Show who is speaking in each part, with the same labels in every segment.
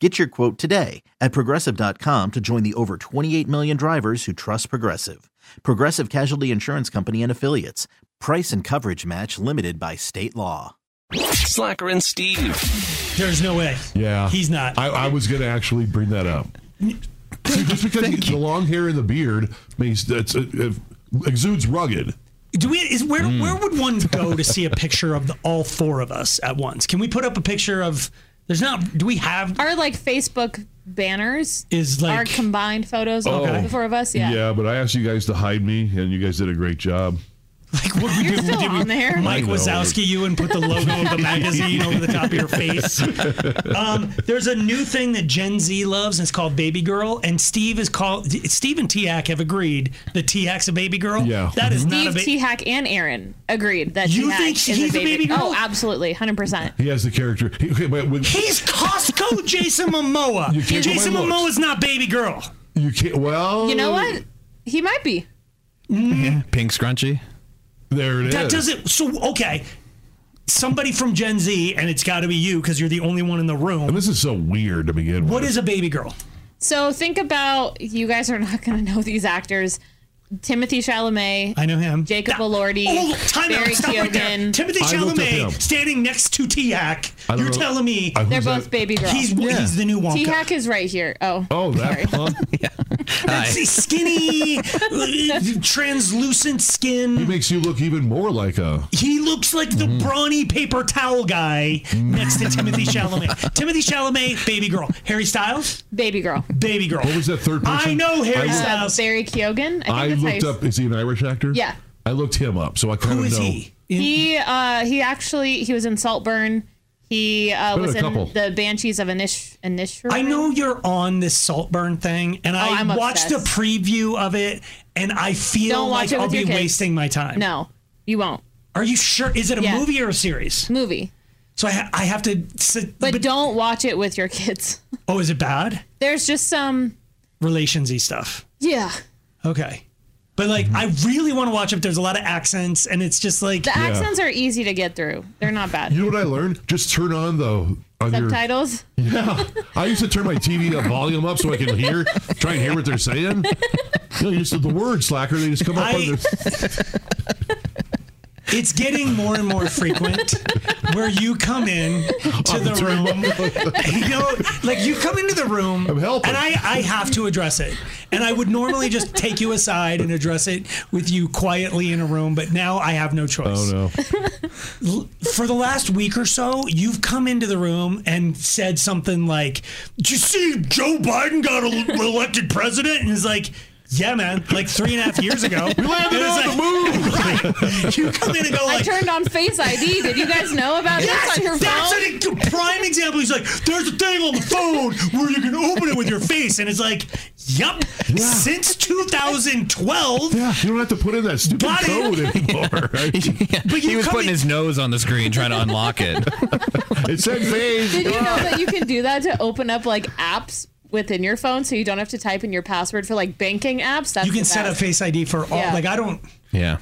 Speaker 1: Get your quote today at progressive.com to join the over 28 million drivers who trust Progressive. Progressive Casualty Insurance Company and Affiliates. Price and coverage match limited by state law.
Speaker 2: Slacker and Steve.
Speaker 3: There's no way.
Speaker 4: Yeah.
Speaker 3: He's not.
Speaker 4: I, I was going to actually bring that up. See, just because he, the long hair and the beard means that's it, it exudes rugged.
Speaker 3: Do we? Is where
Speaker 4: Hmm.
Speaker 3: where would one go to see a picture of the, all four of us at once? Can we put up a picture of? There's not. Do we have?
Speaker 5: Our like Facebook banners
Speaker 3: Is like-
Speaker 5: our combined photos of
Speaker 3: Okay.
Speaker 5: the four of us. Yeah.
Speaker 4: but I asked you guys to hide me, and you guys did a great job.
Speaker 3: Like what we do?
Speaker 5: Still
Speaker 3: Did we,
Speaker 5: on there.
Speaker 3: Mike
Speaker 4: I know.
Speaker 3: Wazowski, you and put the logo of the magazine over the top of your face. Um, there's a new thing that Gen Z loves, and it's called Baby Girl. And Steve is called Steve and TAC have agreed that TAC's a baby girl.
Speaker 4: Yeah.
Speaker 3: that is not
Speaker 5: Mm-hmm. Steve,
Speaker 3: a baby.
Speaker 5: T Hack, and Aaron agreed that
Speaker 3: You
Speaker 5: T Hack
Speaker 3: think
Speaker 5: is
Speaker 3: he's
Speaker 5: a
Speaker 3: a
Speaker 5: baby.
Speaker 3: baby girl?
Speaker 5: Oh, absolutely, hundred percent.
Speaker 4: He has the character. He, okay, but when-
Speaker 3: He's Costco Jason Momoa.
Speaker 4: You can't go by
Speaker 3: Jason
Speaker 4: looks.
Speaker 3: Momoa is not baby girl.
Speaker 4: you can't. Well,
Speaker 5: You know what? He might be.
Speaker 6: Pink scrunchie.
Speaker 4: There it is.
Speaker 3: That doesn't. So okay, somebody from Gen Z, and it's got to be you because you're the only one in the
Speaker 4: And
Speaker 3: room.
Speaker 4: this is so weird to begin with.
Speaker 3: What is a baby girl?
Speaker 5: So think about you guys are not going to know these actors: Timothy Chalamet,
Speaker 3: I know him.
Speaker 5: Jacob
Speaker 3: That-
Speaker 5: Elordi,
Speaker 3: Oh, time out.
Speaker 5: Barry
Speaker 3: Stop right there.
Speaker 5: Keoghan.
Speaker 3: Timothy
Speaker 4: I looked up him.
Speaker 3: Chalamet standing next to T Hack.
Speaker 4: I don't
Speaker 3: You're
Speaker 4: know.
Speaker 3: telling me
Speaker 4: I-
Speaker 5: They're
Speaker 4: who's
Speaker 5: both
Speaker 4: that?
Speaker 5: baby girls.
Speaker 3: he's he's the new Wonka.
Speaker 5: T Hack is right here. Oh,
Speaker 4: Oh,
Speaker 5: Sorry.
Speaker 4: that punk.
Speaker 3: He's skinny, translucent
Speaker 4: He
Speaker 3: skin.
Speaker 4: makes you look even more like a.
Speaker 3: He looks like the
Speaker 4: Mm-hmm.
Speaker 3: brawny paper towel guy next to Timothy Chalamet. Timothy Chalamet, baby girl. Harry Styles,
Speaker 5: baby girl.
Speaker 3: baby girl.
Speaker 4: What was that third person?
Speaker 3: I know Harry
Speaker 4: I looked-
Speaker 5: Uh,
Speaker 3: Styles.
Speaker 5: Barry Keoghan. I, think
Speaker 4: I
Speaker 5: that's how
Speaker 4: looked
Speaker 5: you-
Speaker 4: up. Is he an Irish actor?
Speaker 5: Yeah.
Speaker 4: I looked him up, so I kind
Speaker 3: Who
Speaker 4: of
Speaker 3: is
Speaker 4: know.
Speaker 3: he?
Speaker 5: He uh, he actually he was in Saltburn. He uh,
Speaker 4: Been in
Speaker 5: was
Speaker 4: a
Speaker 5: in
Speaker 4: couple.
Speaker 5: the Banshees of Anish Anish.
Speaker 3: I know you're on this Saltburn thing, and I
Speaker 5: Oh, I'm
Speaker 3: watched
Speaker 5: obsessed.
Speaker 3: a preview of it, and I feel
Speaker 5: Don't watch
Speaker 3: like
Speaker 5: it
Speaker 3: I'll
Speaker 5: with
Speaker 3: be
Speaker 5: your kids.
Speaker 3: wasting my time.
Speaker 5: No, you won't.
Speaker 3: Are you sure? Is it a
Speaker 5: Yeah.
Speaker 3: movie or a series?
Speaker 5: Movie,
Speaker 3: So I, ha- I have to. Sit,
Speaker 5: but, don't watch it with your kids.
Speaker 3: oh, is it bad?
Speaker 5: There's just some
Speaker 3: Relationsy stuff.
Speaker 5: yeah.
Speaker 3: Okay, but like I really want to watch it. There's a lot of accents, and it's just like
Speaker 5: The accents are easy to get through. They're not bad.
Speaker 4: You know what I learned? Just turn on the on your.
Speaker 5: Subtitles.
Speaker 4: Yeah, I used to turn my TV up, volume up so I can hear, try and hear what they're saying. You know, you just the word slacker. They just come up.
Speaker 3: I-
Speaker 4: with their,
Speaker 3: it's getting more and more frequent where you come in to the room. You know, like you come into the room,
Speaker 4: I'm helping.
Speaker 3: and I, I have to address it. And I would normally just take you aside and address it with you quietly in a room, but now I have no choice.
Speaker 4: oh no!
Speaker 3: For the last week or so, you've come into the room and said something like, "Did you see Joe Biden got el- elected president?" And it's like. Yeah, man. Like three and a half years ago, we
Speaker 4: landed on the
Speaker 3: moon. You come in and go
Speaker 5: I
Speaker 3: like,
Speaker 5: turned on Face ID. Did you guys know about this on your
Speaker 3: that's
Speaker 5: phone?
Speaker 3: an- a prime example. He's like, there's a thing on the phone where you can open it with your face, and it's like, yup. Since 2012,
Speaker 4: Yeah, you don't have to put in that stupid
Speaker 3: Got it.
Speaker 4: code anymore. Right?
Speaker 3: But you
Speaker 6: he was
Speaker 3: come
Speaker 6: putting
Speaker 3: in-
Speaker 6: his nose on the screen trying to unlock it.
Speaker 4: It said phase.
Speaker 5: Did you know that you can do that to open up like apps within your phone, so you don't have to type in your password for like banking apps? That's
Speaker 3: you can
Speaker 5: the
Speaker 3: set up
Speaker 5: best.
Speaker 3: Face ID for all.
Speaker 5: Yeah.
Speaker 3: Like I don't
Speaker 6: yeah.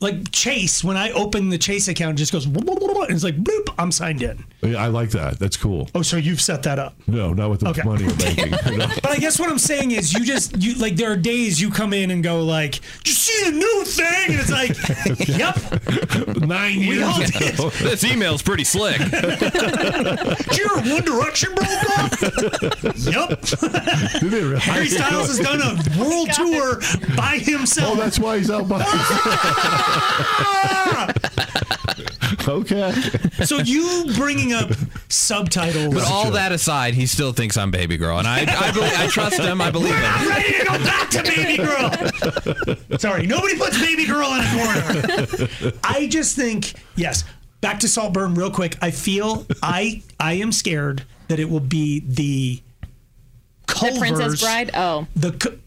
Speaker 3: like Chase. When I open the Chase account, it just goes "Blah, blah, blah, blah," and it's like bloop. I'm signed in.
Speaker 4: Yeah, I like that. That's cool.
Speaker 3: Oh, so you've set that up.
Speaker 4: No, not with the
Speaker 3: Okay.
Speaker 4: money or banking. You know?
Speaker 3: But I guess what I'm saying is, you just you like there are days you come in and go like, "Did you see the new thing?" And it's like, "Yep,
Speaker 4: Nine years
Speaker 3: all
Speaker 4: ago.
Speaker 6: This email's pretty slick.
Speaker 3: did you hear One Direction broke up?" yep.
Speaker 4: Did they really?
Speaker 6: Oh,
Speaker 3: Harry Styles has done a world tour by himself.
Speaker 4: Oh, that's why he's out by.
Speaker 3: Ah!
Speaker 4: okay.
Speaker 3: So you bringing up subtitles?
Speaker 6: But all that aside, he still thinks I'm baby girl, and I I, believe, I trust him. I believe him.
Speaker 3: I'm ready to go back to baby girl. Sorry, nobody puts baby girl in a corner. I just think yes. Back to Saltburn real quick. I feel I I am scared that it will be the Culvers,
Speaker 5: The Princess Bride. Oh,
Speaker 3: the cu-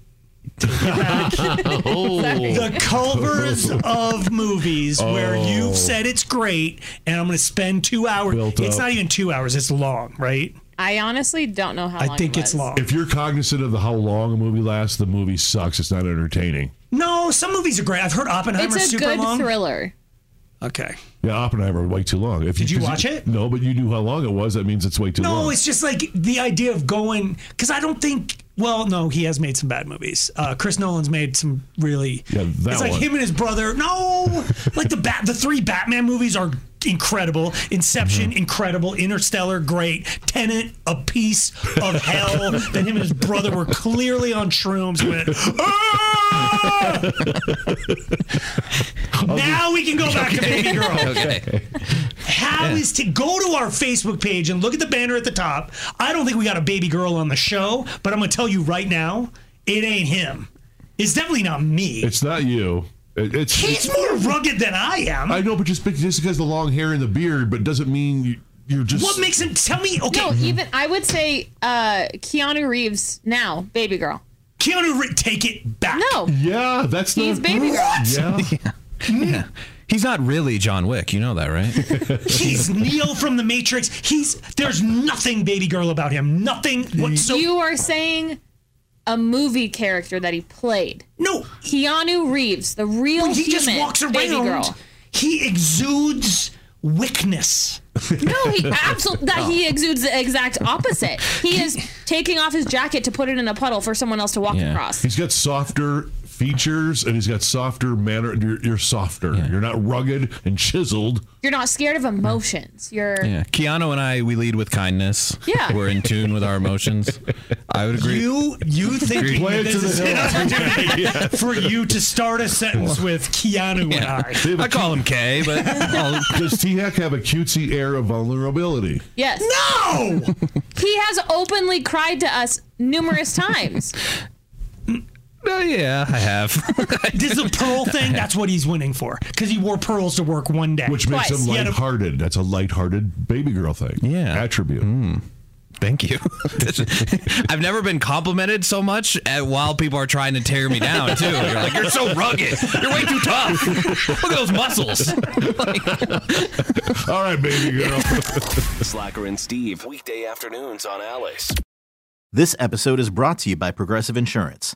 Speaker 4: Oh.
Speaker 3: the Culvers of movies where
Speaker 4: Oh.
Speaker 3: you've said it's great, and I'm going to spend two hours.
Speaker 4: Built
Speaker 3: it's
Speaker 4: up.
Speaker 3: not even two hours; it's long, right?
Speaker 5: I honestly don't know how long.
Speaker 3: I
Speaker 5: it
Speaker 3: think it's
Speaker 5: was.
Speaker 3: long.
Speaker 4: If you're cognizant of the how long a movie lasts, the movie sucks. It's not entertaining.
Speaker 3: No, some movies are great. I've heard Oppenheimer's
Speaker 5: It's a
Speaker 3: super
Speaker 5: good
Speaker 3: long.
Speaker 5: thriller.
Speaker 3: Okay.
Speaker 4: Yeah, Oppenheimer way too long. If
Speaker 3: Did you
Speaker 4: 'cause
Speaker 3: watch it?
Speaker 4: No, but you knew how long it was. That means it's way too
Speaker 3: No,
Speaker 4: long.
Speaker 3: it's just like the idea of going because I don't think. Well, no, he has made some bad movies. Uh, Chris Nolan's made some really.
Speaker 4: Yeah, that
Speaker 3: it's like
Speaker 4: one.
Speaker 3: him and his brother. No, like the bat, the three Batman movies are incredible. Inception,
Speaker 4: Mm-hmm.
Speaker 3: incredible. Interstellar, great. Tenant, a piece of hell. then him and his brother were clearly on shrooms. Went. "Ah!" now we can go back to Baby Girl.
Speaker 6: Okay.
Speaker 3: How is to go to our Facebook page and look at the banner at the top? I don't think we got a baby girl on the show, but I'm gonna tell you right now, it ain't him. It's definitely not me.
Speaker 4: it's not you. It- it's,
Speaker 3: He's more rugged than I am.
Speaker 4: I know, but just because, just because the long hair and the beard, but doesn't mean you, you're just.
Speaker 3: what makes him tell me? Okay,
Speaker 5: No, even I would say uh, Keanu Reeves now, baby girl.
Speaker 3: Keanu, Reeves, take it back.
Speaker 5: No,
Speaker 4: Yeah, that's
Speaker 5: he's
Speaker 4: the.
Speaker 5: baby girl.
Speaker 4: Yeah.
Speaker 6: Hmm. He's not really John Wick. You know that, right?
Speaker 3: he's Neo from the Matrix. He's there's nothing baby girl about him. Nothing whatsoever.
Speaker 5: You are saying a movie character that he played.
Speaker 3: no,
Speaker 5: Keanu Reeves, the real
Speaker 3: when he
Speaker 5: human,
Speaker 3: just walks
Speaker 5: baby
Speaker 3: around,
Speaker 5: girl.
Speaker 3: he exudes wickness.
Speaker 5: No, he absolutely that he exudes the exact opposite. He is taking off his jacket to put it in a puddle for someone else to walk
Speaker 6: Yeah.
Speaker 5: across.
Speaker 4: He's got softer features and he's got softer manner. You're, you're softer. You're not rugged and chiseled.
Speaker 5: You're not scared of emotions. You're
Speaker 6: Yeah. Keanu and I, we lead with kindness.
Speaker 5: Yeah.
Speaker 6: We're in tune with our emotions. I would agree.
Speaker 3: You you think
Speaker 4: Play it
Speaker 3: this
Speaker 4: to the
Speaker 3: is an opportunity for you to start a sentence with Keanu and I?
Speaker 6: I call him K, but I'll-
Speaker 4: Does T Hack have a cutesy air of vulnerability?
Speaker 5: yes.
Speaker 3: No,
Speaker 5: He has openly cried to us numerous times.
Speaker 6: oh, yeah, I have.
Speaker 3: this is a pearl thing. That's what he's winning for because he wore pearls to work one day.
Speaker 4: Which makes
Speaker 5: Twice.
Speaker 4: him
Speaker 3: Yeah, the-
Speaker 4: lighthearted. That's a lighthearted baby girl thing.
Speaker 6: Yeah.
Speaker 4: Attribute.
Speaker 6: Thank you. This is- I've never been complimented so much at, while people are trying to tear me down, too. You're like, you're so rugged. You're way too tough. Look at those muscles.
Speaker 4: All right, baby girl.
Speaker 2: Slacker and Steve, weekday afternoons on Alice.
Speaker 1: This episode is brought to you by Progressive Insurance.